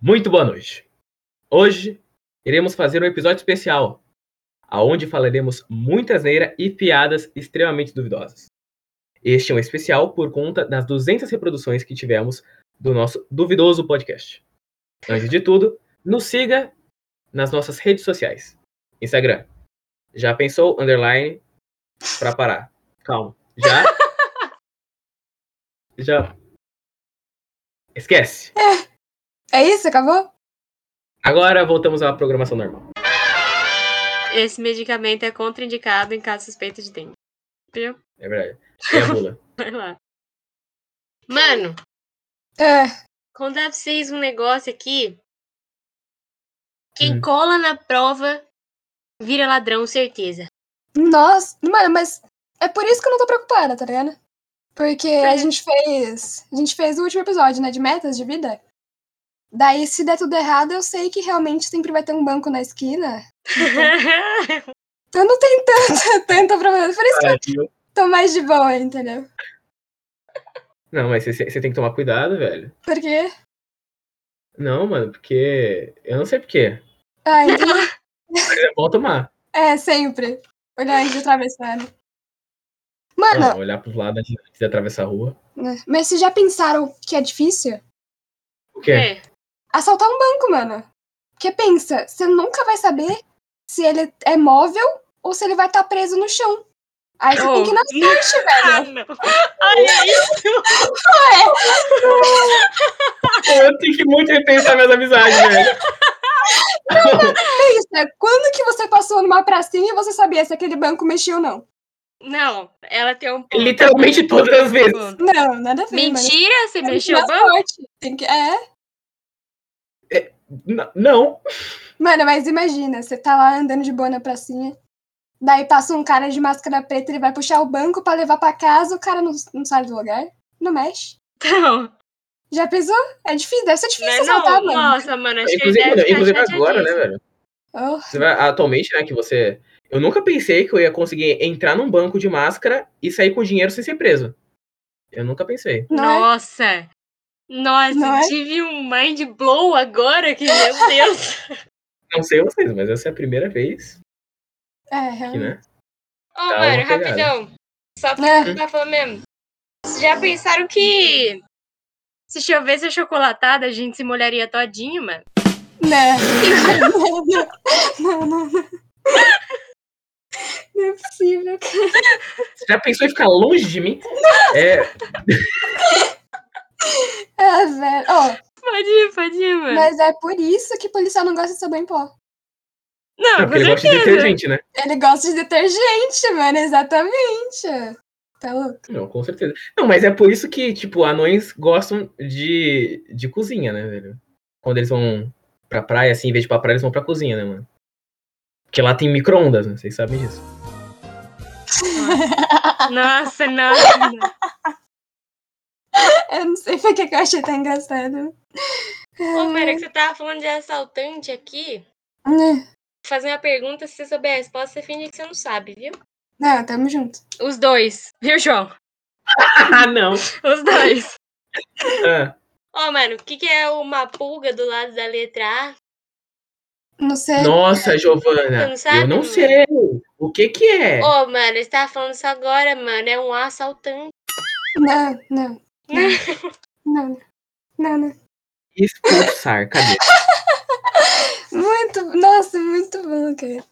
Muito boa noite. Hoje iremos fazer um episódio especial, aonde falaremos muita asneira e piadas extremamente duvidosas. Este é um especial por conta das 200 reproduções que tivemos do nosso duvidoso podcast. Antes de tudo, nos siga nas nossas redes sociais. Instagram. Já pensou underline pra parar? Calma. Já. Já. Esquece. É isso? Acabou? Agora voltamos à programação normal. Esse medicamento é contraindicado em caso suspeito de dengue. Viu? É verdade. É a bula. Vai lá. Mano, É. contar pra vocês um negócio aqui. Quem Hum. cola na prova vira ladrão, certeza. Nossa, mano, mas é por isso que eu não tô preocupada, tá ligado? Porque a É. gente fez. A gente fez o último episódio, né? De metas de vida. Daí, se der tudo errado, eu sei que realmente sempre vai ter um banco na esquina. Então não tem tanta, tanta problema. Por isso que eu tô mais de boa, entendeu? Não, mas você- você tem que tomar cuidado, velho. Porque. Não, mano, porque. Eu não sei porquê. Ah, então, Mas é bom tomar. é, sempre. Olhar antes de atravessar. né? Mano, Não, olhar pro lado antes de- antes de atravessar a rua. né, mas vocês já pensaram que é difícil? O É. quê? assaltar um banco, mano. Porque pensa, você nunca vai saber se ele é móvel ou se ele vai estar preso no chão. Aí você Oh. tem que ir na sorte, Ah, velho. não. Olha isso. Eu tenho que muito repensar minhas amizades, velho. Pensa, é quando que você passou numa pracinha e você sabia se aquele banco mexia ou não? Não, ela tem um ponto. Literalmente todas as vezes. Ponto. Não, nada a ver, mano. Mentira, você Tem que mexeu ir o na banco? sorte. Tem que- É. N- Não. Mano, mas imagina, você tá lá andando de boa na pracinha. Daí passa um cara de máscara preta, ele vai puxar o banco pra levar pra casa, o cara não, não sai do lugar, não mexe. Não. Já pensou? É difícil, deve ser Não, difícil é assaltar, não. mano. Nossa, mano, acho que Inclusive, ele deve mano, ficar inclusive agora, né, chateadíssimo. velho? Oh. Você vai- atualmente, né, que você. Eu nunca pensei que eu ia conseguir entrar num banco de máscara e sair com dinheiro sem ser preso. Eu nunca pensei. Não é? Nossa! Nossa, Não é? tive um mind blow agora que, meu Deus! Não sei vocês, mas essa é a primeira vez É, que, realmente. Ah. né? Ô, Tá mano, uma pegada. rapidão. Só pra É. tá falando mesmo. Vocês já pensaram que se chovesse a chocolatada, a gente se molharia todinho, mano? Né? não, não, não, não. Não é possível. cara. Você já pensou em ficar longe de mim? É, Ah, velho. Ó, Pode ir, pode ir, mano. mas é por isso que policial não gosta de sabão em pó. Não, não, Ah, com porque ele gosta de certeza. detergente, né? Ele gosta de detergente, mano, exatamente. Tá louco? Não, com certeza. Não, mas é por isso que, tipo, anões gostam de, de cozinha, né, velho? Quando eles vão pra praia, assim, em vez de pra praia, eles vão pra cozinha, né, mano? Porque lá tem micro-ondas, né? Vocês sabem disso. Nossa, nossa. mano. Eu não sei porque que eu achei tão engraçado. Ô, mano, é que você tava falando de assaltante aqui. Né? Vou Fazer uma pergunta, se você souber a resposta, você finge que você não sabe, viu? Não, tamo junto. Os dois, viu, João? ah, não! Os dois. Ah, Ó, mano, o que, que é uma pulga do lado da letra A? Não sei. nossa, Você Giovana! não sabe, eu não mano? sei! O que que é? Ô, mano, você tava falando isso agora, mano. É um assaltante. Não, não. Não, não. Não, não. Expulsar, cadê? Muito, nossa, muito bom, cara.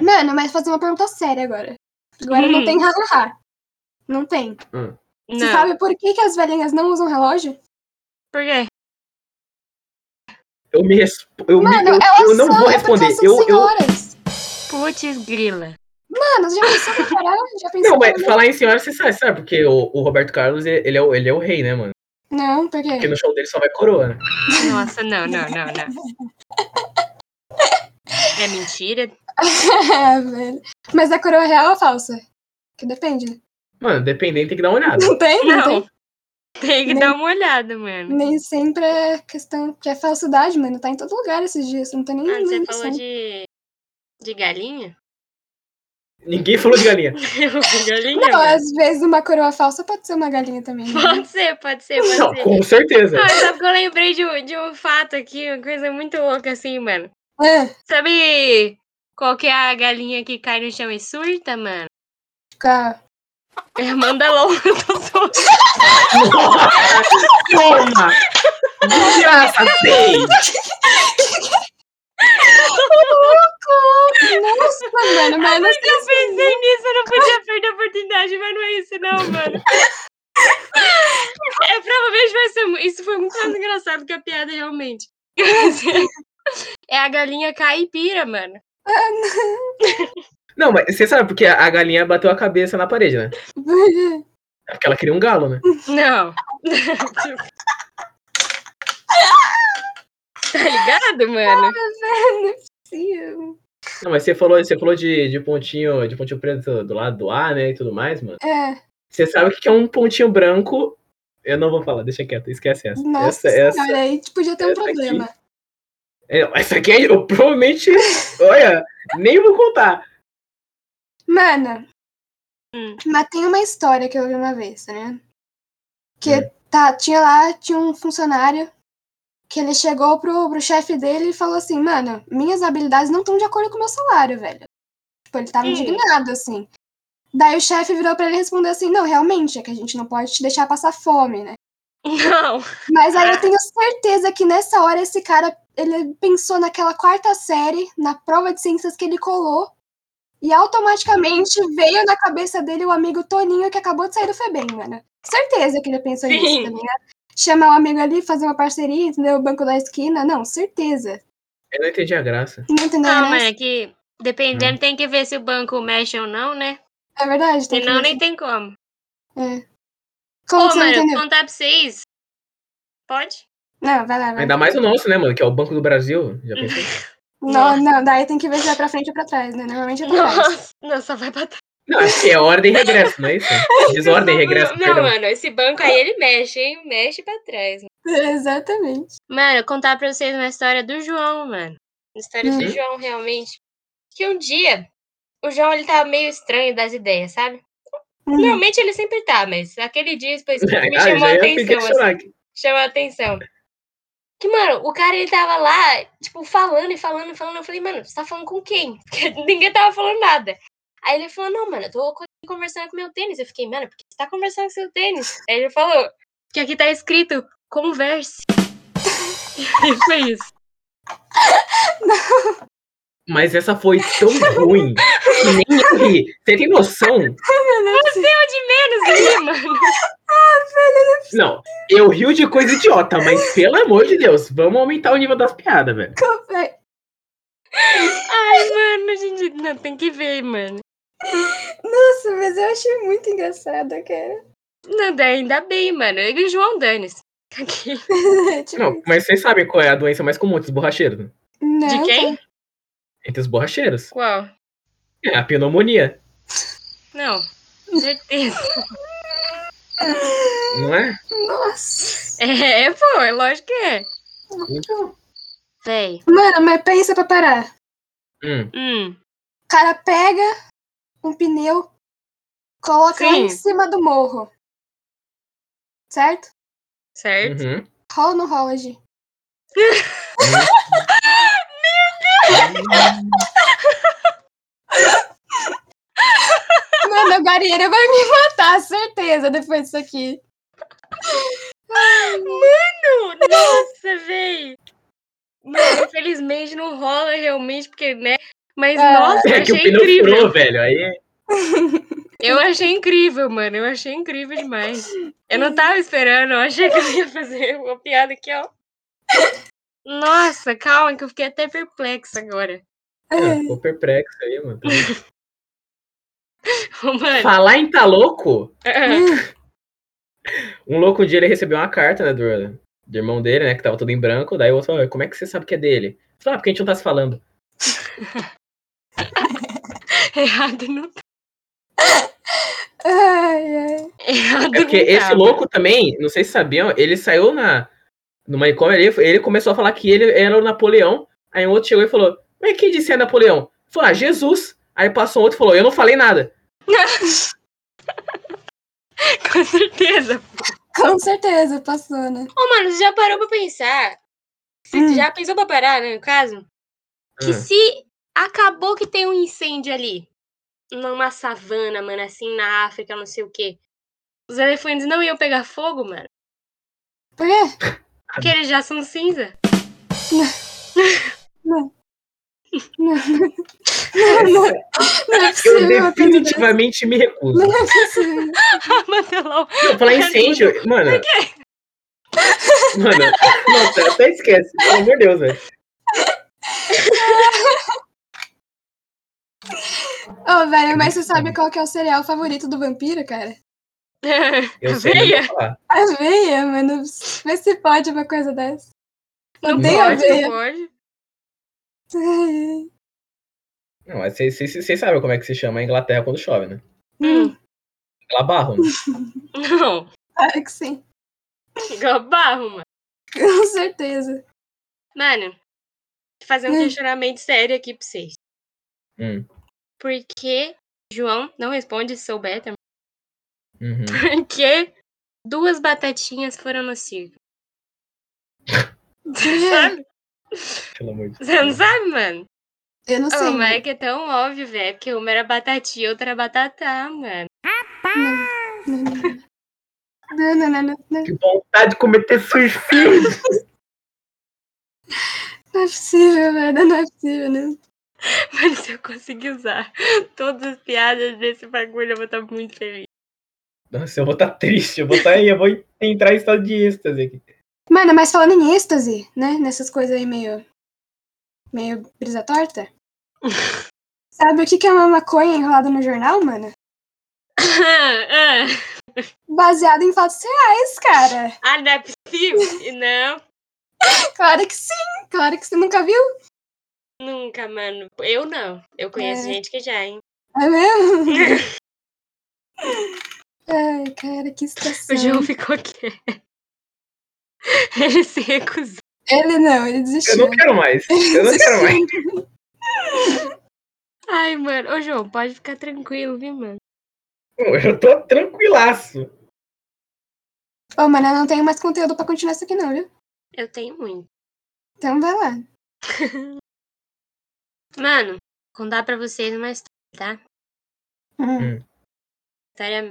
Mano, mas fazer uma pergunta séria agora. Agora Hum. não tem ha-ha. Não tem. Você Não. sabe por que, que as velhinhas não usam relógio? Por quê? Eu me resp... eu, me- Mano, eu, elas eu não são, vou é responder. porque Elas são Eu, eu... senhoras. Putz, grila. Mano, você já pensou pra caralho? Já pensou Não, mas pra- falar em senhora, você sabe, sabe? Porque o, o Roberto Carlos, ele é o, ele é o rei, né, mano? Não, por Porque quê? no show dele só vai coroa, né? Nossa, não, não, não, não. É mentira? É, velho. Mas a coroa é real ou falsa? Que depende. né? Mano, dependendo tem que dar uma olhada. Não tem? Não, Não. tem. Tem que Nem- dar uma olhada, mano. Nem sempre é questão. Porque é falsidade, mano. Tá em Ah, Ah, todo lugar esses dias. Não tem nem. Mano, você nem falou noção. de. de galinha? Ninguém falou de galinha. galinha, Não, é velho. às vezes uma coroa falsa pode ser uma galinha também. né? Pode ser, pode ser, pode Não, é. ser. com certeza. Ah, só porque eu lembrei de, um- de um fato aqui, uma coisa muito louca assim, mano. Ah, Sabe qual que é a galinha que cai no chão e surta, mano? fica- É a Mandalor. Toma! Desgraça, tem! Nossa, mano, Ai, mas mas não eu pensei nisso, eu não podia perder a oportunidade, mas não é isso não, mano. É, provavelmente vai ser... mu- Isso foi muito mais engraçado que a piada, realmente. É a galinha caipira, mano. Não, mas você sabe porque a galinha bateu a cabeça na parede, né? assim, sei. É porque ela queria um galo, né? Não. Tipo- Tá ligado, mano? Sim. Não, mas você falou, você falou de, de pontinho, de pontinho preto do lado do ar, né? E tudo mais, mano. É, Você sabe o que que é um pontinho branco? Eu não vou falar, deixa quieto, esquece essa. essa, nossa essa, senhora, aí podia ter um essa aqui. problema. é, essa aqui eu provavelmente. Olha, nem vou contar. Mano, Hum. mas tem uma história que eu vi uma vez, né? Que Hum. tá, tinha lá, tinha um funcionário que ele chegou pro, pro chefe dele e falou assim, mano, minhas habilidades não estão de acordo com o meu salário, velho. Tipo, ele tava Hum. indignado, assim. Daí o chefe virou pra ele e respondeu assim, não, realmente, é que a gente não pode te deixar passar fome, né? Não. Mas aí É. eu tenho certeza que nessa hora esse cara, ele pensou naquela quarta série, na prova de ciências que ele colou, e automaticamente veio na cabeça dele o amigo Toninho que acabou de sair do Febem, mano. Certeza que ele pensou Sim. nisso, tá ligado? Chamar o amigo ali, fazer uma parceria, entendeu? O banco da esquina. Não, certeza. Eu não entendi a graça. Não entendeu, Não, né? mano, é que Hum. dependendo tem que ver se o banco mexe ou não, né? É verdade. Tem que Senão ver. nem tem como. Como Ô, que você não mano, eu vou entendeu? contar pra vocês. Pode? Não, vai lá, vai. Ainda mais o nosso, né, mano? Que é o Banco do Brasil. Já pensou? Não, não, daí tem que ver se vai pra frente ou pra trás, né? Normalmente é pra trás. Nossa, não, só vai bater. Não, acho que é ordem e regresso, não é isso? Desordem e regresso, Não, perdão. mano, esse banco aí ele mexe, hein? Mexe pra trás. Exatamente. Mano, eu contar pra vocês uma história do João, mano. Uma história do Hum. Uhum. João, realmente. Que um dia, o João ele tava meio estranho das ideias, sabe? Uhum. Normalmente ele sempre tá, mas aquele dia especificamente me Ah, eu chamou já a ia me atenção, assim. questionar aqui. chamou a atenção. Que, mano, o cara ele tava lá, tipo, falando e falando e falando. Eu falei, mano, você tá falando com quem? Porque ninguém tava falando nada. Aí ele falou, não, mano, eu tô co- conversando com meu tênis. Eu fiquei, mano, por que você tá conversando com seu tênis? Aí ele falou, que aqui tá escrito, converse. e foi isso. Mas essa foi tão ruim que nem eu ri. Você tem noção? Você é o de menos, né, mano? Não, eu rio de coisa idiota, mas pelo amor de Deus, vamos aumentar o nível das piadas, velho. Como- Ai, mano, gente, não, tem que ver, mano. Nossa, mas eu achei muito engraçada, cara. Não, daí ainda bem, mano. E o João Danes. Aqui. Tipo, Não, mas vocês sabem qual é a doença mais comum entre os borracheiros? né? não, De quem? Entre os borracheiros. Qual? É a pneumonia, Não, certeza. não é? Nossa. É, pô, é lógico que é. Então. Véi. Mano, mas pensa pra parar. Hum, Hum. O cara pega um pneu, coloca lá em Sim. cima do morro. Certo? Certo? uhum. Rola ou não rola, Gi? Mano, a Guarieira vai me matar, certeza, depois disso aqui. Uhum. Mano, nossa, véi. Mano, infelizmente não rola realmente, porque, né? Mas, É. nossa, eu É que o achei pneu incrível. furou, velho. Aí, Eu achei incrível, mano. Eu achei incrível demais. Eu não tava esperando, eu achei que eu ia fazer uma piada aqui, ó. Nossa, calma, que eu fiquei até perplexa agora. é, ficou perplexo aí, mano. Ô, Mano, Falar em tá louco? ah, Hum, Um louco um dia ele recebeu uma carta, né, do, do irmão dele, né, que tava todo em branco. Daí o outro falou, como é que você sabe que é dele? Ele falou, ah, porque a gente não tá se falando. errado não tá. ai, ai. Errado É porque não esse tá, louco também, não sei se sabiam, ele saiu na, no manicômio, ele, ele começou a falar que ele era o Napoleão. Aí um outro chegou e falou, mas quem disse que é Napoleão? Ele Falou, ah, Jesus. Aí passou outro e falou, eu não falei nada. Com certeza. Com certeza, passou, né? Ô, mano, você já parou pra pensar? Você Hum. É. já pensou pra parar, né, no caso? Que Ah, se acabou que tem um incêndio ali, numa savana, mano, assim, na África, não sei o quê, os elefantes não iam pegar fogo, mano? Por quê? Porque eles já são cinza. É. Não, não, não é Eu possível. uma coisa dessa. definitivamente me recuso. Não é possível. Ah, Mandelão. Não, falar incêndio, mano. Mano, nossa, até esquece. Pelo amor de Deus, velho. Ô, velho, mas você sabe qual que é o cereal favorito do vampiro, cara? Eu sei, mas Aveia? vou falar. Aveia, mano. Vê se pode uma coisa dessa. Não, tem pode, aveia. não pode. Hum. Ai, Não, mas vocês- vocês vocês sabem como é que se chama a Inglaterra quando chove, né? Hum. Ela barro, né? Não. Claro que sim. Igual barro, mano. Com certeza. Mano, vou fazer um Hum. questionamento sério aqui pra vocês. Hum, Por que, João, não responde, sou beta, uhum. por que duas batatinhas foram no circo? Por quê? Sabe? Pelo amor de Você não Deus. sabe, mano? Eu não sei. Ô, mas é que é tão óbvio, velho. Porque uma era batatinha, outra era batatá, mano. Não, não, não. Não, não, não, não, não. Que vontade de cometer suicídio. Não é possível, velho. Não é possível, né? Mano, se eu conseguir usar todas as piadas desse bagulho, eu vou estar muito feliz. Nossa, eu vou estar triste. Eu vou estar aí, eu vou entrar em estado de êxtase aqui. Mano, mas falando em êxtase, né? Nessas coisas aí meio. meio brisa torta. Sabe o que que é uma maconha enrolada no jornal, mano? ah, Baseado em fatos reais, cara. não é possível? Não, Claro que sim. Claro que você nunca viu. nunca, mano. Eu não. Eu conheço É. gente que já, hein? É mesmo? Ai, cara, que estação. O João ficou quieto. Ele se recusou. Ele não, ele Eu desistiu. não quero mais. Eu não quero mais. Ai, mano. Ô, João, pode ficar tranquilo, viu, mano? Eu tô tranquilaço. Ô, mano, eu não tenho mais conteúdo pra continuar isso aqui, não, viu? Eu tenho muito. Então vai lá. Mano, vou contar pra vocês uma história, tá? Hum. história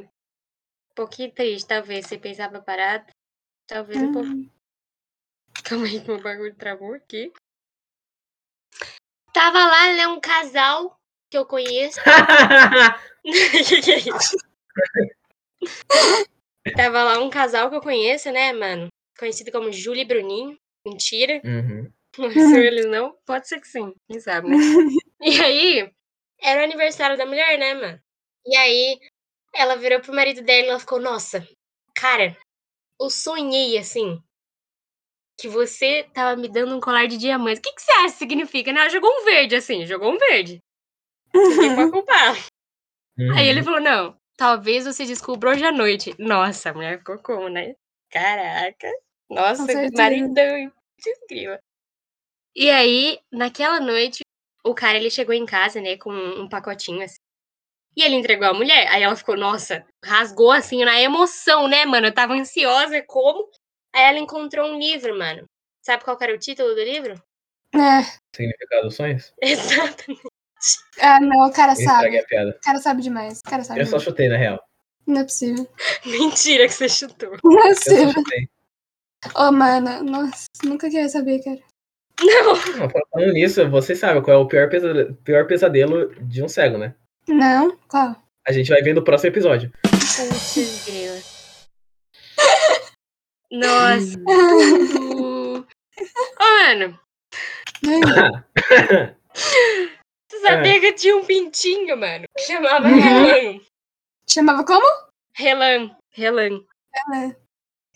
um pouquinho triste, talvez, se pensar pra parar. Talvez um pouco. Calma aí, que meu bagulho travou aqui. Tava lá, né? Um casal que eu conheço. Que que é isso? Tava lá um casal que eu conheço, né, mano? Conhecido como Júlia e Bruninho. Mentira. Uhum. Não são eles, não? Pode ser que sim. Quem sabe, né? E aí, era o aniversário da mulher, né, mano? E aí, ela virou pro marido dela e ela ficou, nossa, cara, eu sonhei assim. Que você tava me dando um colar de diamantes. O que, que você acha que significa? Né? Ela jogou um verde, assim, jogou um verde. Ninguém pode culpar. uhum. Aí ele falou, não, talvez você descubra hoje à noite. Nossa, a mulher ficou como, né? Caraca. Nossa, Com que certeza. maridão, hein? Que incrível. E aí, naquela noite, o cara, ele chegou em casa, né, com um pacotinho, assim. E ele entregou a mulher. Aí ela ficou, nossa, rasgou, assim, na emoção, né, mano? Eu tava ansiosa, como? Aí ela encontrou um livro, mano. Sabe qual que era o título do livro? É. Significado dos sonhos? Exato. Ah, não, o cara Eu estraguei sabe. a piada. O cara sabe demais. O cara sabe Eu só demais. chutei, na real. Não é possível. Mentira que você chutou. Não é Eu só possível. chutei. Ô, mano, nossa, nunca queria saber, cara. Não. Não, falando nisso, vocês sabem qual é o pior pesadelo, pior pesadelo de um cego, né? Não? Qual? é A gente vai ver no próximo episódio. Putz, grila. Nossa, tudo. Ô, mano, Não. você sabia que tinha um pintinho, mano? Que chamava É. Uhum. Relan. Chamava como? Relan. Relan. Relan.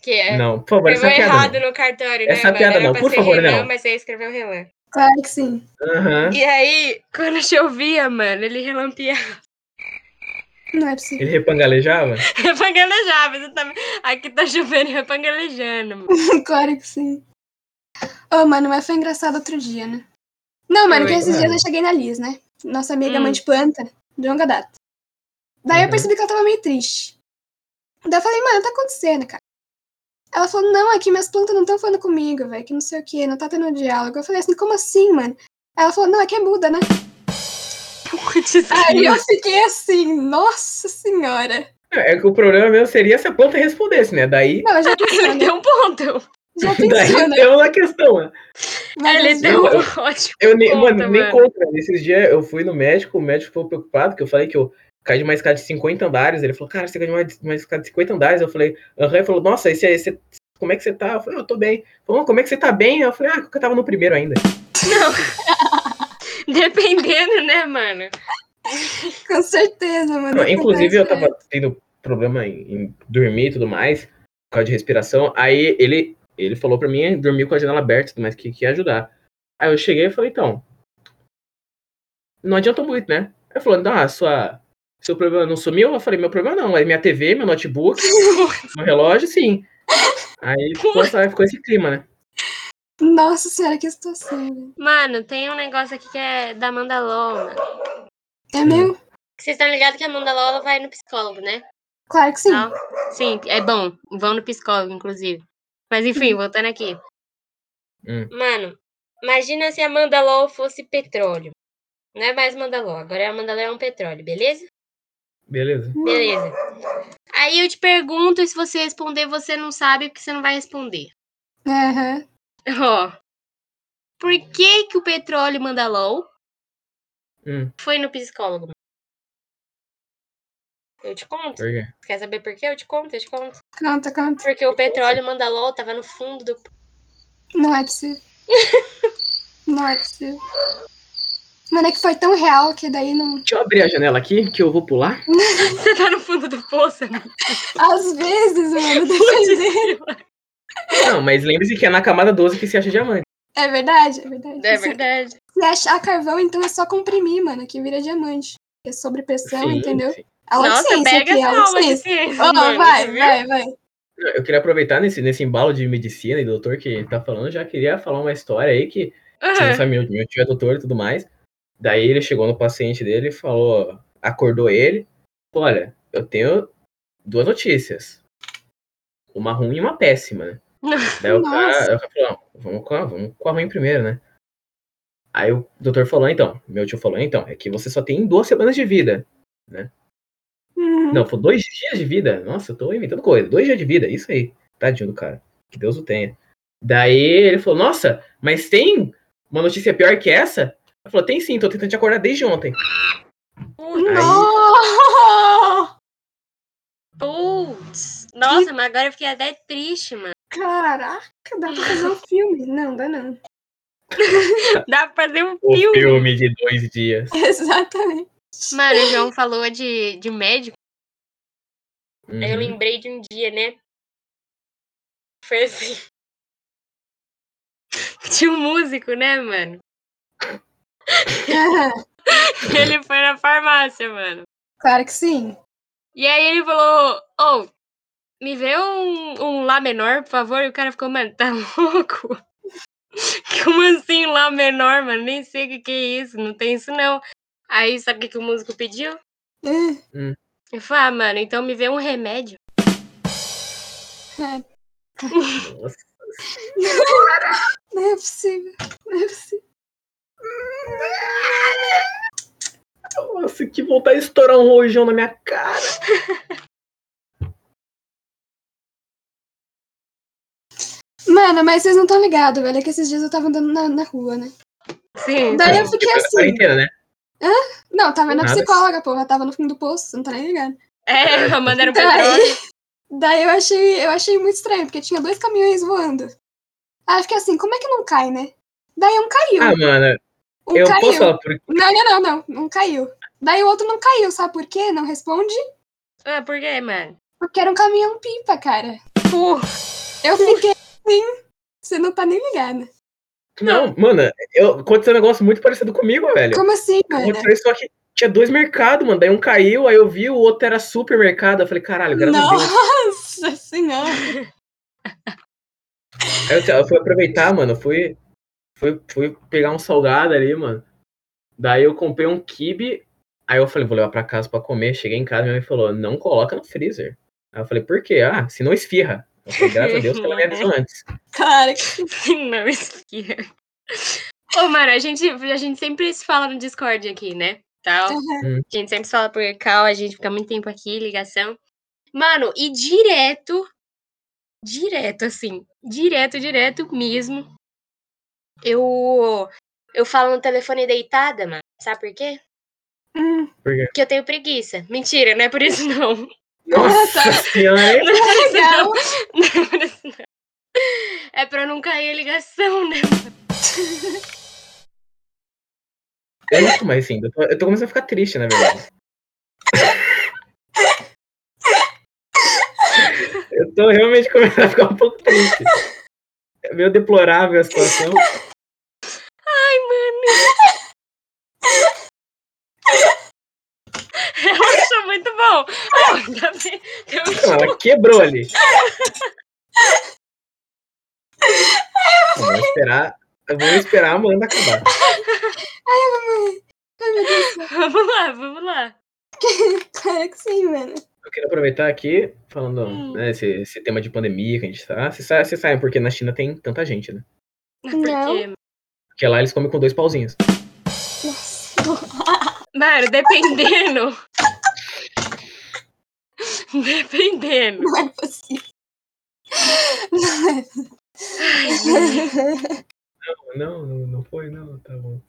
Que é. Não, por favor, essa Escreveu piada. errado não. no cartório, Essa é né, piada mano? Era não, pra por ser favor, Renan, não. mas aí escreveu Relan. Claro que sim. né? Aham. E aí, quando chovia, mano, ele relampeava. Não é possível. Ele repangalejava? Repangalejava, exatamente. Aqui tá chovendo e repangalejando, mano. Claro que sim. Ô, mano, mas foi engraçado outro dia, né? Não, mano, Foi, que esses mano. dias eu cheguei na Liz, né? Nossa amiga Hum. mãe de planta, de longa data. Daí eu Uhum. percebi que ela tava meio triste. Daí eu falei, mano, tá acontecendo, cara? Ela falou, não, é que minhas plantas não estão falando comigo, velho, que não sei o que, não tá tendo diálogo. Eu falei assim, como assim, mano? Ela falou, não, é que é muda, né? Aí eu fiquei assim, nossa senhora. É que o problema mesmo seria se a planta respondesse, né? Daí, Não, já pensou, Ele né? deu um ponto. Já daí pensou, né? assim, temos a questão, né? Meu Ele Deus. deu eu- um ótimo. Eu nem, Conta, mano, nem mano. conto, cara. Esses dias eu fui no médico, o médico ficou preocupado, que eu falei que eu caí de uma escada de 50 andares. Ele falou, cara, você caiu de uma, uma escada de 50 andares. Eu falei, aham. Ele falou, nossa, esse, esse, como é que você tá? Eu falei, eu tô bem. Ele falou, como é que você tá bem? Eu falei, ah, porque eu tava no primeiro ainda. Não. Dependendo, né, mano? Com certeza, mano. Não, inclusive, eu acontece. né? tava tendo problema em, em dormir e tudo mais, por causa de respiração. Aí ele, ele falou pra mim dormir com a janela aberta, mas que, que ia ajudar. Aí eu cheguei e falei, então. Não adianta muito, né? Ele falou, ah, sua, seu problema não sumiu? Eu falei, meu problema não, é minha TV, meu notebook, meu relógio, sim. Aí ficou, essa- ficou esse clima, né? Nossa senhora, que situação. né? velho. Mano, tem um negócio aqui que é da Mandalor, mano. É meu? Vocês estão ligados que a Mandalor ela vai no psicólogo, né? Claro que sim. Não. Sim, é bom. Vão no psicólogo, inclusive. Mas enfim, voltando aqui. Hum. Mano, imagina se a Mandalor fosse petróleo. Não é mais Mandalor, agora a Mandalor é um petróleo, beleza? Beleza. Beleza. Aí eu te pergunto e se você responder, você não sabe porque você não vai responder. Aham. Ó. Por que que o petróleo Mandalor Hum, foi no psicólogo? Eu te conto. por quê? Quer saber por quê? Eu te conto, eu te conto. Conta, conta. Porque o petróleo Mandalor tava no fundo do Não é possível. não é possível. Mano, é que foi tão real que daí não. Deixa eu abrir a janela aqui, que eu vou pular. Você tá no fundo do poço, né? Às vezes, mano, dependendo. Não, mas lembre-se que é na camada 12 que se acha diamante. É verdade, é verdade. É Se- verdade. Se achar carvão, então é só comprimir, mano, que vira diamante. É sobre pressão, Sim, entendeu? sim. Aula de Nossa, É ciência aqui, pega essa aula de aula de ciência. ciência. Ó, mano, vai, você viu? vai, vai. Eu queria aproveitar nesse, nesse embalo de medicina e doutor que tá falando, já queria falar uma história aí que você não Aham. sabe, meu, meu tio é doutor e tudo mais. Daí ele chegou no paciente dele e falou, acordou ele, olha, eu tenho duas notícias. Uma ruim e uma péssima, né? Daí o cara, Nossa. aí o cara falou, "Não, vamos com, a, vamos com a ruim primeiro, né? Aí o doutor falou, então, meu tio falou, então, é que você só tem duas semanas de vida. Uhum. Não, foi dois dias de vida. Nossa, eu tô inventando coisa. Dois dias de vida, é isso aí. Tadinho do cara. Que Deus o tenha. Daí ele falou, nossa, mas tem uma notícia pior que essa? Ela falou, tem sim, tô tentando te acordar desde ontem. Aí- Não! Putz. Nossa, mas agora eu fiquei até triste, mano. Caraca, dá pra fazer um filme. Não, dá não. Dá pra fazer um O filme. filme de dois dias. Exatamente. Mano, o João falou de, de médico. Aí eu Uhum. lembrei de um dia, né? Foi assim. Tinha um músico, né, mano? Aham, Ele foi na farmácia, mano. Claro que sim. E aí ele falou, ô, me vê um, um Lá menor, por favor. E o cara ficou, mano, tá louco? Como assim Lá menor, mano? Nem sei o que, que é isso, não tem isso não. Aí sabe o que, que o músico pediu? Ah, Eu falei, ah, mano, então me vê um remédio. Nossa, Não é possível. Não é possível. nossa, que vontade de estourar um rojão na minha cara. Mano, mas vocês não estão ligados, velho. É que esses dias eu tava andando na, na rua, né? Sim. Daí eu Porque fiquei foi na assim. quarentena, né? Não, tava na Nada. psicóloga, porra. Tava no fundo do poço, você não tá nem ligado. É, mandaram pra droga. Daí, daí eu, achei, eu achei muito estranho, porque tinha dois caminhões voando. Aí eu fiquei assim, como é que não cai, né? Daí um caiu. Ah, mano, um eu caiu. posso falar por Não, não, não, não. Não caiu. Daí o outro não caiu, sabe por quê? Não responde. Ah, por quê, mano? Porque era um caminhão pipa, cara. Por... Eu fiquei assim. Você não tá nem ligada. Não, mano, eu, aconteceu um negócio muito parecido comigo, velho. Como assim, mano? Aconteceu isso, só que tinha dois mercados, mano. Daí um caiu, aí eu vi, o outro era supermercado. Eu falei, caralho, graças a Deus. Nossa senhora. Aí eu, eu fui aproveitar, mano. Fui, fui, fui pegar um salgado ali, mano. Daí eu comprei um kibe. Aí eu falei, vou levar pra casa pra comer. Cheguei em casa, minha mãe falou, não coloca no freezer. Aí eu falei, por quê? Ah, se não esfirra. Eu falei, graças a Deus que ela me avisou antes. Cara, Não esquia. Ô, mano, a gente, a gente sempre se fala no Discord aqui, né? Tal. Uhum. A gente sempre se fala por cal, a gente fica muito tempo aqui, ligação. Mano, e direto, direto, assim, direto, direto mesmo. Eu, eu falo no telefone deitada, mano. Sabe por quê? hum, Porque eu tenho preguiça. Mentira, não é por isso não. Nossa senhora, hein? Não é por isso, tá legal. não. Não é por isso, não. É pra não cair a ligação, né? Eu não tô mais rindo. Eu tô, eu tô começando a ficar triste, na verdade. Eu tô realmente começando a ficar um pouco triste. É meio deplorável a situação. Ai, mano. Eu acho muito bom. Ah, ainda bem que eu Não, é ela quebrou ali. Eu vou esperar. Eu vou esperar a Amanda acabar. Ai, meu Deus, Vamos lá, vamos lá. cara, que sim, mano. Eu quero aproveitar aqui, falando Hum. né, esse, esse tema de pandemia que a gente tá. Vocês sa- vocês sabem porque na China tem tanta gente, né? Porque, Porque lá eles comem com dois pauzinhos. Nossa. mano, dependendo. Dependendo. Não é possível. Não é Não, não, não foi, não, tá bom.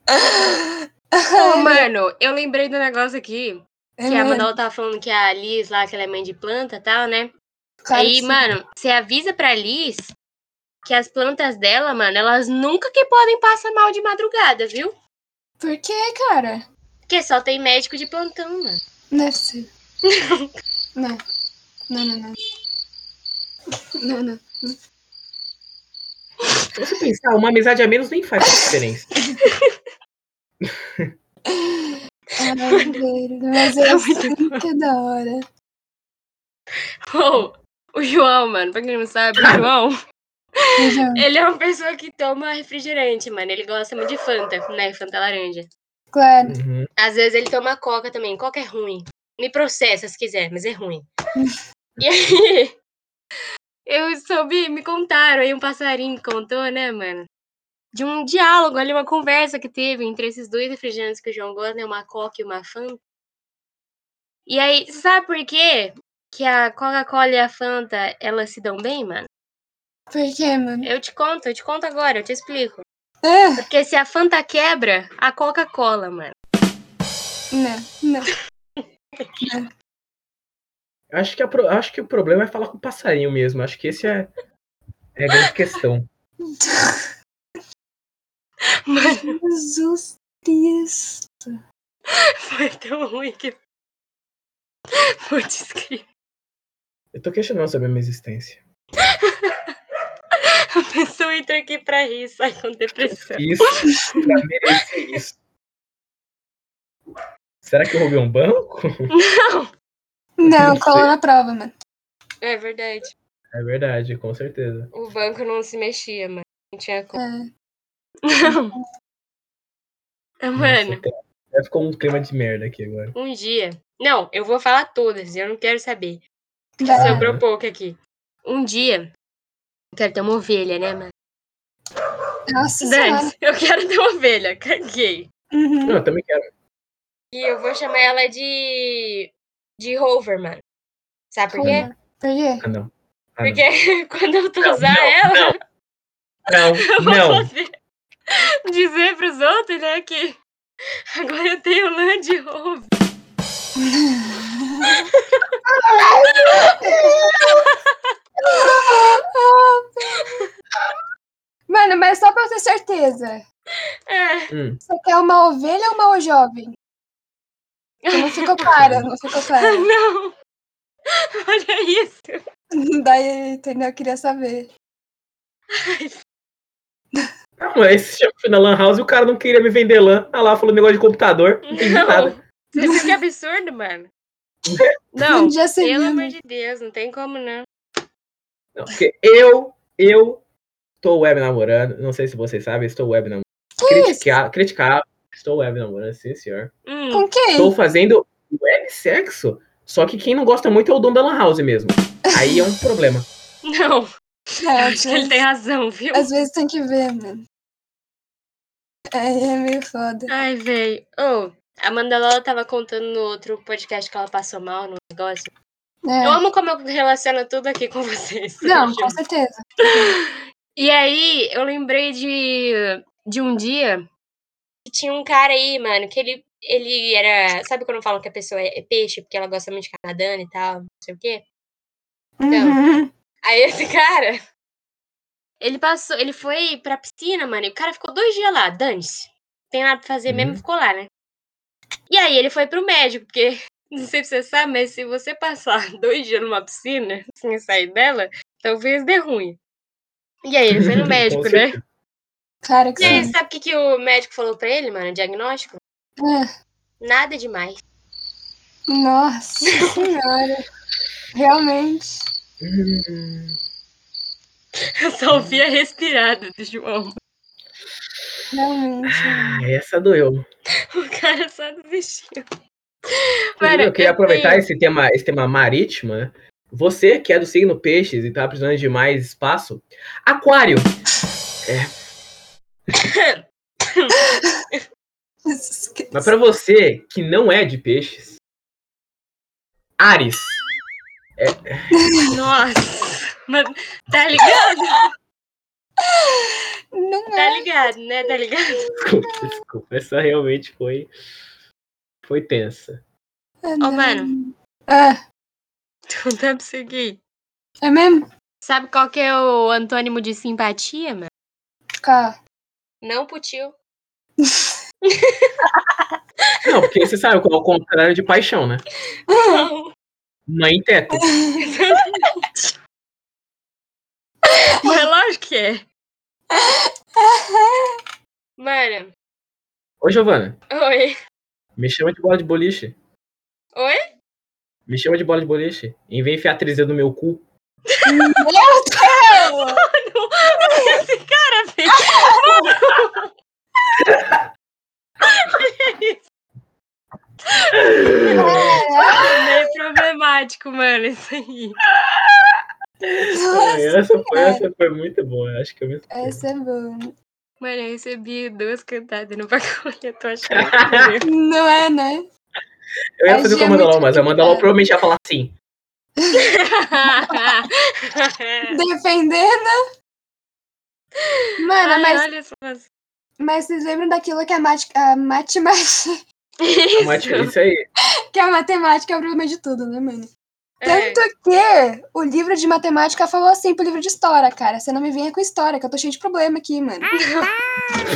Ô, mano, eu lembrei do negócio aqui. É, Que a mano, Manoel tava falando que a Liz lá, que ela é mãe de planta e tal, né? claro que Aí, sim. mano, você avisa pra Liz que as plantas dela, mano, elas nunca que podem passar mal de madrugada, viu? Por que, cara? Porque só tem médico de plantão, mano. Não é possível. Não. Não, não, não. Não, não. Se você pensar, uma amizade a menos nem faz diferença. Ai, velho, É, mas é É assim muito que é da hora. Pô, o João, mano, pra quem não sabe, o João, Feijão, ele é uma pessoa que toma refrigerante, mano. Ele gosta muito de Fanta, né? Fanta laranja. claro. Uhum. Às vezes ele toma coca também. Coca é ruim. Me processa se quiser, mas é ruim. E aí, eu soube, me contaram, aí um passarinho me contou, né, mano? De um diálogo ali, uma conversa que teve entre esses dois refrigerantes que o João gosta, né? Uma coca e uma Fanta. E aí, você sabe por quê? Que a Coca-Cola e a Fanta, elas se dão bem, mano? Por que, mano? Eu te conto, eu te conto agora, eu te explico. Ah, Porque se a Fanta quebra, a Coca-Cola, mano. não, não. Eu Acho que, a pro- acho que o problema é falar com o passarinho mesmo. Acho que esse é, é a grande questão. Jesus Cristo. Foi tão ruim que. Putz, que Eu tô questionando sobre a minha existência. a pessoa entra aqui pra rir, sai com depressão. Isso, pra merecer isso. Será que eu roubei um banco? Não, Não colou sei. na prova, mano. É verdade. É verdade, com certeza. O banco não se mexia, mano. Não tinha como. É. Não. Ah, Mano, Nossa, até ficou um clima de merda aqui agora. um dia. Não, eu vou falar todas, eu não quero saber. Vai lá. Ah. Sobrou pouco aqui. Um dia. Eu quero ter uma ovelha, né, mano? Nossa senhora. Dane, eu quero ter uma ovelha. Caguei. Uhum. Não, eu também quero. E eu vou chamar ela de. de Rover, mano. Sabe por quê? Por quê? Ah, não. Ah, não. Porque quando eu Não, usar não, ela. Eu Não, vou não, não. poder assim? dizer pros outros, né, que agora eu tenho Land Rover. Mano, mas só pra eu ter certeza. É. Hum, Você quer uma ovelha ou uma jovem? Que Não ficou clara, não ficou Ah, clara. Não! Olha isso! Daí, entendeu? Eu queria saber. Ah, mas esse chama na Lan House e o cara não queria me vender Lan. Ah lá, falou negócio de computador. Não entendi nada. Não! Você viu que absurdo, mano? Não, Um dia você pelo viu, amor né? de Deus, não tem como né? não. Não, porque eu, eu tô web namorando. Não sei se vocês sabem, estou web namorando. Que é. isso? Criticar, criticar Estou web namorando, sim, senhor. Hum. Com quem? Estou fazendo web sexo. Só que quem não gosta muito é o dono da Lan House mesmo. Aí é um problema. Não, É, acho que ele tem razão, viu? Às vezes tem que ver, mano. É, é meio foda. Ai, velho. Oh, a Mandalola tava contando no outro podcast que ela passou mal no negócio. É. Eu amo como eu relaciono tudo aqui com vocês. Não, hoje. com certeza. E aí, eu lembrei de, de um dia que tinha um cara aí, mano, que ele, ele era. Sabe quando falam que a pessoa é é peixe, porque ela gosta muito de canadana e tal, não sei o quê? Então. Uhum. Aí esse cara. Ele passou, ele foi pra piscina, mano, e o cara ficou dois dias lá, dane-se. Tem nada pra fazer mesmo, Uhum. ficou lá, né? E aí ele foi pro médico, porque, não sei se você sabe, mas se você passar dois dias numa piscina sem sair dela, talvez dê ruim. E aí ele foi no Com médico, né? certeza. Cara que E aí, sim. sabe o que, que o médico falou pra ele, mano? Diagnóstico? É. Nada demais. Nossa senhora. Realmente. Hum. Eu só ouvi a respirada do João. Realmente. Ah, essa doeu. O cara só desistiu. eu queria aproveitar esse tema, esse tema marítimo, né? Você que é do signo peixes e tá precisando de mais espaço, aquário. Mas pra você que não é de peixes, Ares. esse... Nossa. Mas tá ligado? Não Tá é. ligado, né? Tá ligado? Desculpa, desculpa. Essa realmente foi foi tensa. Ô, mano. É, Então tá pro seguinte. é mesmo? Sabe qual que é o antônimo de simpatia, mano? Cá. Não putil. Não, porque você sabe qual é o contrário de paixão, né? Não. Mãe e teto. Mas lógico que é. Mano. Ô, Giovana, Oi. me chama de bola de boliche. Oi? Me chama de bola de boliche. E vem enfiar a triseu no meu cu. É. Esse cara fez. Caraca. meio problemático, mano, isso aí. Ah, essa, foi, essa foi muito boa. Acho que eu me Essa é boa. Mano, eu recebi duas cantadas no pacote, eu tô achando. que- Não é, né? Eu ia A fazer Gi com é a Mandalol, muito mas a Mandalol complicada. provavelmente ia falar sim. Defendendo. né? Mano, Ai, mas, olha só. mas vocês lembram daquilo que a, mate, a matemática. Mas tipo, Isso. Isso aí. Que a matemática é o problema de tudo, né, mano? É. Tanto que o livro de matemática falou assim pro livro de história, cara. Você não me venha com história, que eu tô cheio de problema aqui, mano.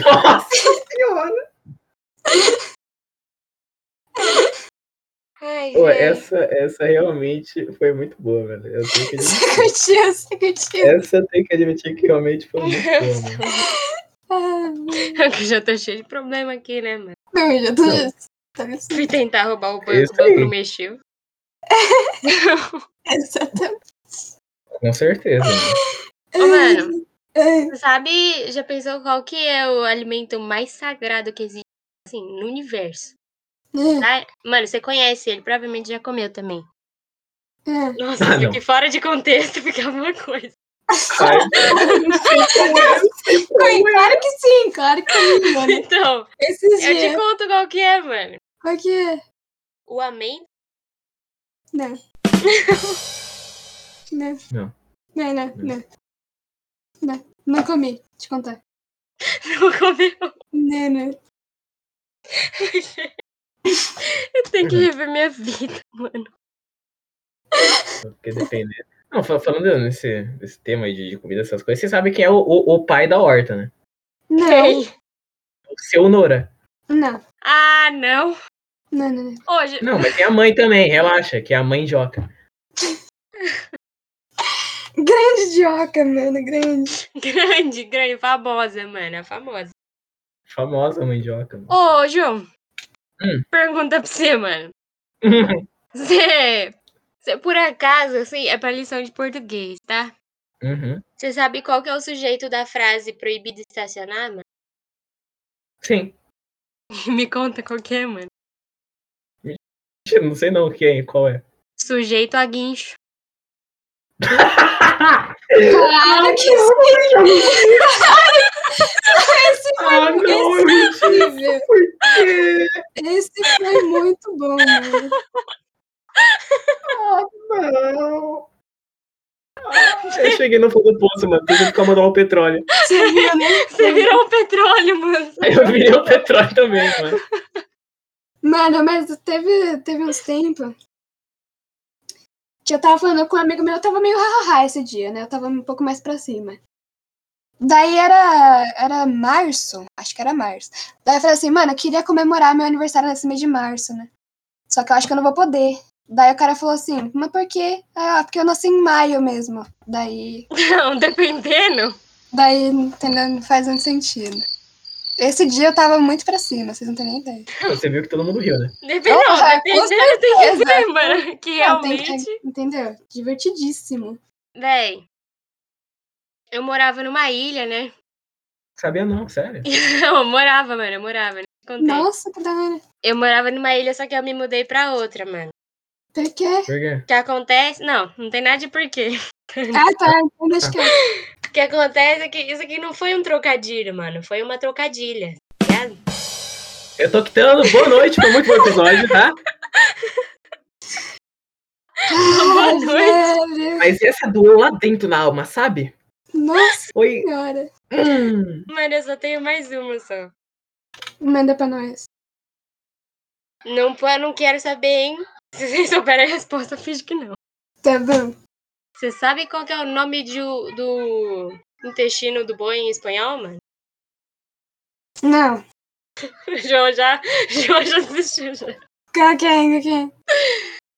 Nossa senhora. Ai, Pô, é. velho. essa, essa realmente foi muito boa, velho. Eu tenho que Você admitir. curtiu, você curtiu. Essa eu tenho que admitir que realmente foi muito Eu boa, mano. sou- Ah, Eu que já tô cheio de problema aqui, né, mano? não, eu já tô. Não. tá me sentindo- Fui tentar roubar o banco, Isso o banco aí. não mexeu. Exatamente. Com certeza. Mano. Ô, mano, Ai, sabe, já pensou qual que é o alimento mais sagrado que existe, assim, no universo? ai, Tá? Mano, você conhece ele, provavelmente já comeu também. ai. Nossa, Ah, porque fora de contexto fica uma coisa. Ai, não sei como é, não sei como é. Claro que sim, claro que sim, mano. Então, Esses eu te dias. conto qual que é, mano. Qual que é? O amém? Não. não. Não. Não, não, não. Não, né, não comi, te contar. Né, Não comeu. Não, não. Eu tenho que Uhum. rever minha vida, mano. Porque depender. Não, fa- falando nesse, nesse tema aí de, de comida, essas coisas, vocês sabem quem é o, o, o pai da horta, né? Não, Quem? O seu Nora. não, Né, Ah, não. não, não. não. Hoje. Não, mas tem a mãe também, relaxa, que é a mãe Joca. Grande Dioca, mano, grande. Grande, grande, famosa, mano. A famosa. Famosa mãe Joca. mano. Ô, João. Hum. Pergunta pra você, mano. Você. Você, por acaso, assim, é pra lição de português, tá? Uhum. Você sabe qual que é o sujeito da frase proibido estacionar, mano? Sim. Me conta qual que é, mano. Mentira, Não sei não quem, qual é. Sujeito a guincho. Cara, que Esse Ah, não, foi incrível. mentira! é Esse foi muito bom, mano. Não! Ah, eu cheguei no fundo do poço, mano. um Tem que ficar mandando o petróleo. Você viu, né? Você virou um petróleo, mano. Aí eu virei o petróleo também, mano. Mano, mas teve, teve uns tempos que eu tava falando com um amigo meu, eu tava meio hahaha esse dia, né? Eu tava um pouco mais pra cima. Daí era, era março, acho que era março. Daí eu falei assim, mano, eu queria comemorar meu aniversário nesse mês de março, né? Só que eu acho que eu não vou poder. Daí o cara falou assim, mas por quê? Ah, porque eu nasci em maio mesmo. Daí, Não, dependendo. daí, entendeu? Não faz muito sentido. Esse dia eu tava muito pra cima, vocês não têm nem ideia. Você viu que todo mundo riu, né? Dependendo, Porra, é, com dependendo tem que certeza. ver, mano. Que Não, tem É, que- realmente. entendeu? Divertidíssimo. Véi. Eu morava numa ilha, né? Sabia não, sério. Eu morava, mano, eu morava. Né? Contei. Nossa, tá que da hora. Eu morava numa ilha, só que eu me mudei pra outra, mano. Por quê? Por quê? O que acontece. Não, não tem nada de porquê. Ah, tá. Então deixa que eu... O que acontece é que isso aqui não foi um trocadilho, mano. Foi uma trocadilha. tá ligado? Eu tô quitando. Boa noite, foi muito bom episódio, tá? Ah, noite. velho. Mas essa doeu lá dentro na alma, sabe? Nossa Foi. senhora. Hum. Mano, eu só tenho mais uma só. Manda pra nós. Não, po- não quero saber, hein? Se vocês souberem a resposta, finge que não. Tá bom. Você sabe qual que é o nome de o- do intestino do boi em espanhol, mano? Não. O João já, João já desistiu. Já. Qual que é? Qual que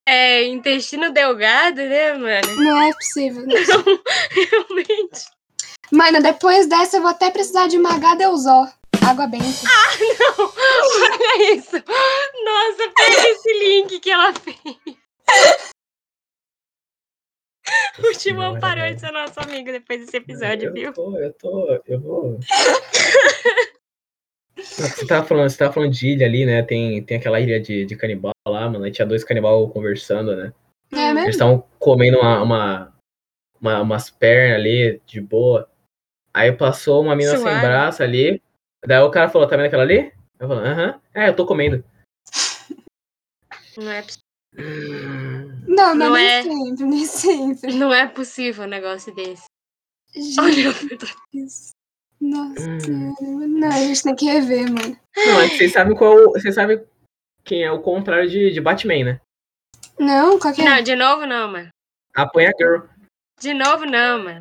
é? É intestino delgado, né, mano? Não é possível. Realmente. Mano, depois dessa eu vou até precisar de uma HDUZO. Água benta. Olha isso. Nossa, pega esse link que ela fez. O Timão Senhora, parou de velho. ser nosso amigo depois desse episódio, eu viu? Tô, eu tô. Eu vou. Você tava, falando, você tava falando de ilha ali, né? Tem, tem aquela ilha de, de canibal lá, mano. Aí tinha dois canibal conversando, né? Hum. É Eles mesmo? estavam comendo uma, uma, uma- umas pernas ali, de boa. Aí passou uma mina sem Suave. braço ali. Daí o cara falou, tá vendo aquela ali? Eu falei, aham, é, eu tô comendo. Não é, poss- Não, não, Não nem é. sempre, nem sempre. não é possível um negócio desse. Gente, Olha, nossa Hum. senhora. Não, a gente tem que rever, mano. Não, é que vocês sabem qual. Vocês sabem quem é o contrário de, de Batman, né? Não, qual que é? não, de novo não, mano. Apanha a girl. De novo não, mano.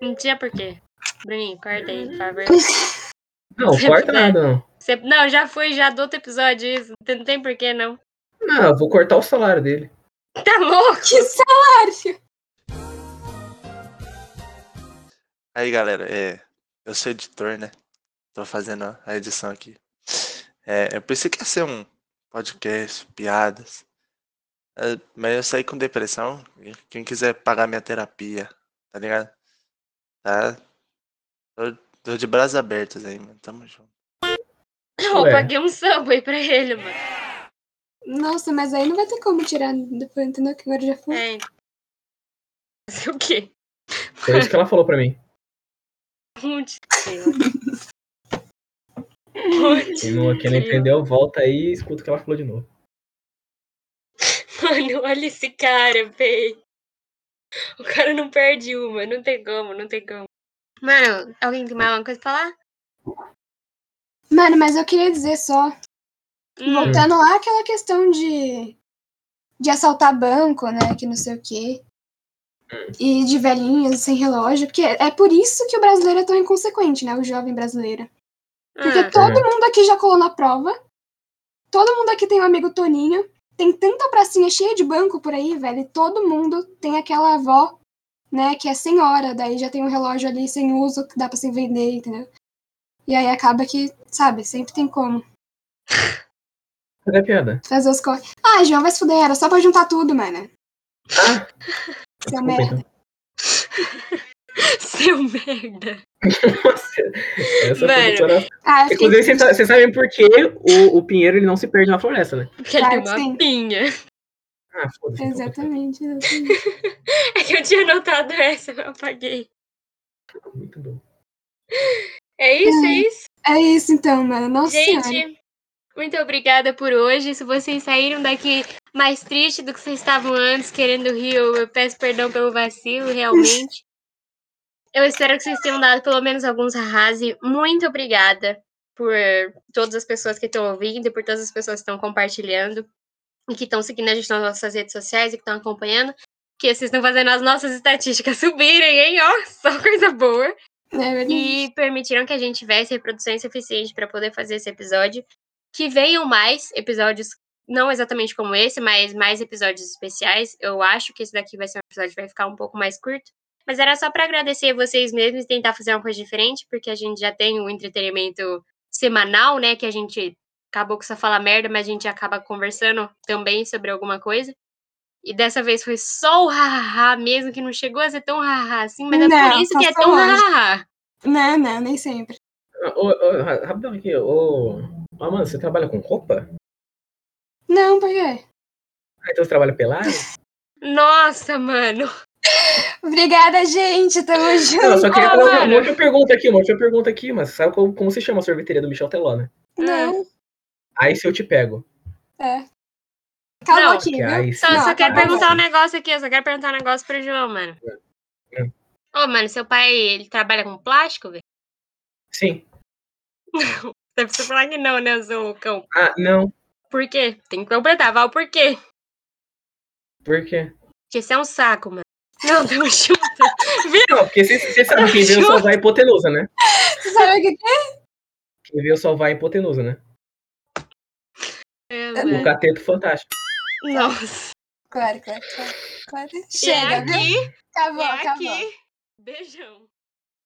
Não tinha porquê. Bruninho, corta aí, por favor. Não, Sempre corta dá. nada, não. Você- Não, já foi, já do outro episódio isso. Não tem- Não tem porquê, não. Não, Ah, eu vou cortar o salário dele. Tá louco? Que salário. Aí, galera, é, eu sou editor, né? Tô fazendo a edição aqui. É, eu pensei que ia ser um podcast, piadas. É, mas eu saí com depressão. e Quem quiser pagar minha terapia, tá ligado? Tá? Tô, tô de braços abertos aí, mano. Tamo junto. Eu Ué. paguei um subway pra ele, mano. Nossa, mas aí não vai ter como tirar depois, entendeu? Que agora já foi. É. Fazer o quê? Foi isso que ela falou pra mim. Onde? Onde? Quem não, quem não Sim. entendeu, volta aí e escuta o que ela falou de novo. Mano, olha esse cara, véi. O cara não perde uma, não tem como, não tem como. Mano, alguém tem mais alguma coisa pra falar? Mano, mas eu queria dizer só Hum, Voltando lá aquela questão de, de assaltar banco, né? Que não sei o quê. E de velhinhos sem relógio. Porque é é por isso que o brasileiro é tão inconsequente, né? O jovem brasileiro. Porque ah, todo mundo aqui já colou na prova. Todo mundo aqui tem um amigo Toninho. Tem tanta pracinha cheia de banco por aí, velho. E todo mundo tem aquela avó, né? Que é senhora. Daí já tem um relógio ali sem uso que dá pra se vender, entendeu? E aí acaba que, sabe, sempre tem como. Cadê a piada? Fazer os corres. Ah, João, vai se fuder, então. era só pra juntar tudo, mano. Seu merda. Seu merda. Nossa, essa foi Mano. declaração. Ah, eu fiquei Inclusive, vocês sa- vocês sabem por que o, o Pinheiro ele não se perde na floresta, né? Porque ele Claro tem que uma sim. pinha. Ah, foda-se. então. Exatamente, exatamente. É que eu tinha anotado essa, eu apaguei. Muito bom. É isso, é isso. É isso então, mano. Nossa senhora. Gente, muito obrigada por hoje. Se vocês saíram daqui mais triste do que vocês estavam antes, querendo rir, eu eu peço perdão pelo vacilo, realmente. Eu espero que vocês tenham dado pelo menos alguns arrase. Muito obrigada por todas as pessoas que estão ouvindo e por todas as pessoas que estão compartilhando e que estão seguindo a gente nas nossas redes sociais e que estão acompanhando. Que vocês estão fazendo as nossas estatísticas subirem, hein? Ó, só coisa boa É verdade. e permitiram que a gente tivesse reproduções suficientes para poder fazer esse episódio. Que venham mais episódios, não exatamente como esse, mas mais episódios especiais. Eu acho que esse daqui vai ser um episódio que vai ficar um pouco mais curto. Mas era só para agradecer vocês mesmos e tentar fazer uma coisa diferente, porque a gente já tem o entretenimento semanal, né? Que a gente acabou que só fala merda, mas a gente acaba conversando também sobre alguma coisa. E dessa vez foi só o hahaha mesmo, que não chegou a ser tão hahaha assim, mas é por Não, isso que é passou tão longe. hahaha. Não, não, nem sempre. Ah, ô, ô, ra- rapidão aqui, ô. Ah, mano, você trabalha com roupa? Não, por quê? Ah, então você trabalha pelado? Nossa, mano. Obrigada, gente. Tamo Não, eu junto. só queria Ah, falar mano. uma outra pergunta aqui, uma outra pergunta aqui, mas sabe como, como se chama a sorveteria do Michel Teló, né? Não, Aí se eu te pego. é. Calma Não. aqui, Que viu? aí sim. Só, Não, só quero tá bom. perguntar um negócio aqui. Eu só quero perguntar um negócio pro João, mano. É. Ô, mano, seu pai, ele trabalha com plástico, velho? Sim. Você precisa falar que não, né, Zoucão? Ah, não. Por quê? Tem que completar, Val, por quê? Por quê? Porque isso é um saco, mano. Não, tamo junto. Não, porque você sabe quem veio salvar a hipotenusa, né? Você sabe o que é? que Quem veio salvar a hipotenusa, né? É, O mano. cateto fantástico. Nossa. Claro, claro, claro. claro. E é Chega, né? viu? aqui, Acabou, é acabou. aqui. Beijão.